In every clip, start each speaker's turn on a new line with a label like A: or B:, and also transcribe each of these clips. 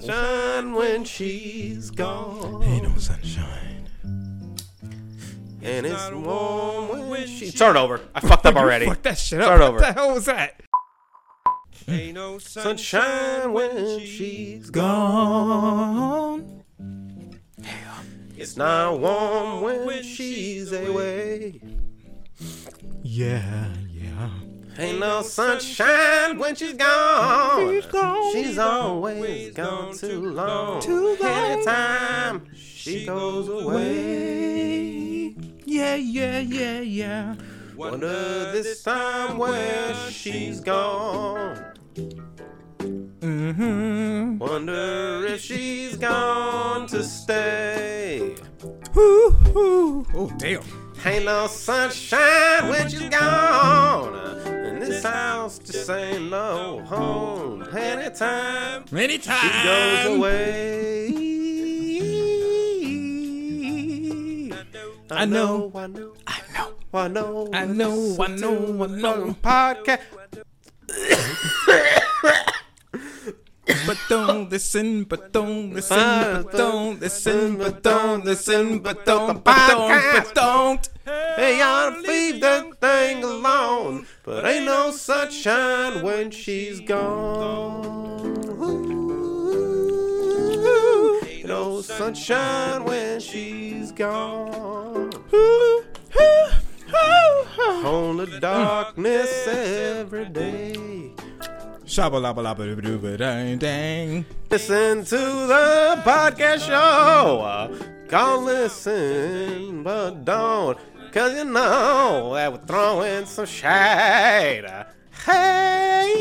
A: sunshine when she's gone.
B: Ain't no sunshine.
A: and it's
B: not
A: warm
B: warm
A: when,
B: when
A: she.
B: she-
A: Start over. I fucked up already.
C: Fuck that shit up.
A: Start
C: what
A: over.
C: the hell was that?
B: Ain't no
A: Sunshine when she's
C: Gone.
A: It's not warm when she's away.
C: Yeah, yeah.
A: Ain't no sunshine when she's gone.
C: gone.
A: She's always gone too long.
C: Too long.
A: Anytime she goes away.
C: Yeah, yeah, yeah, yeah.
A: Wonder this time where she's gone.
C: Mm-hmm.
A: Wonder if she's gone to stay.
C: Oh, damn.
A: Ain't no sunshine when she's gone. And this house just ain't no home. Anytime
C: Many times.
A: she goes away.
C: I know.
A: I know, I know, I know,
C: I know, I know, I know.
A: Podcast.
C: But don't listen, but don't listen, but Ah, don't listen, but don't listen, but don't, but don't, but don't.
A: Hey, I'll leave that thing alone. But ain't no sunshine when she's gone. Ooh, Ain't no sunshine when she's gone. Ooh, Only darkness every day.
C: Shabba labba labba doo doo ba dang dang.
A: Listen to the podcast show. Go listen, but don't. Cause you know that we're throwing some shade. Hey!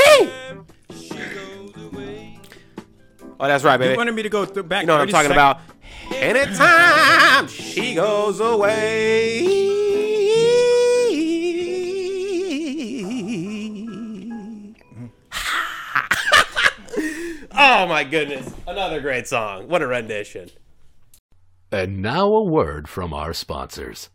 A: Hey! Oh, that's right, baby.
C: You wanted me to go through back.
A: You know what I'm
C: 30
A: talking
C: sec-
A: about. Anytime she goes away. oh my goodness. Another great song. What a rendition.
D: And now a word from our sponsors.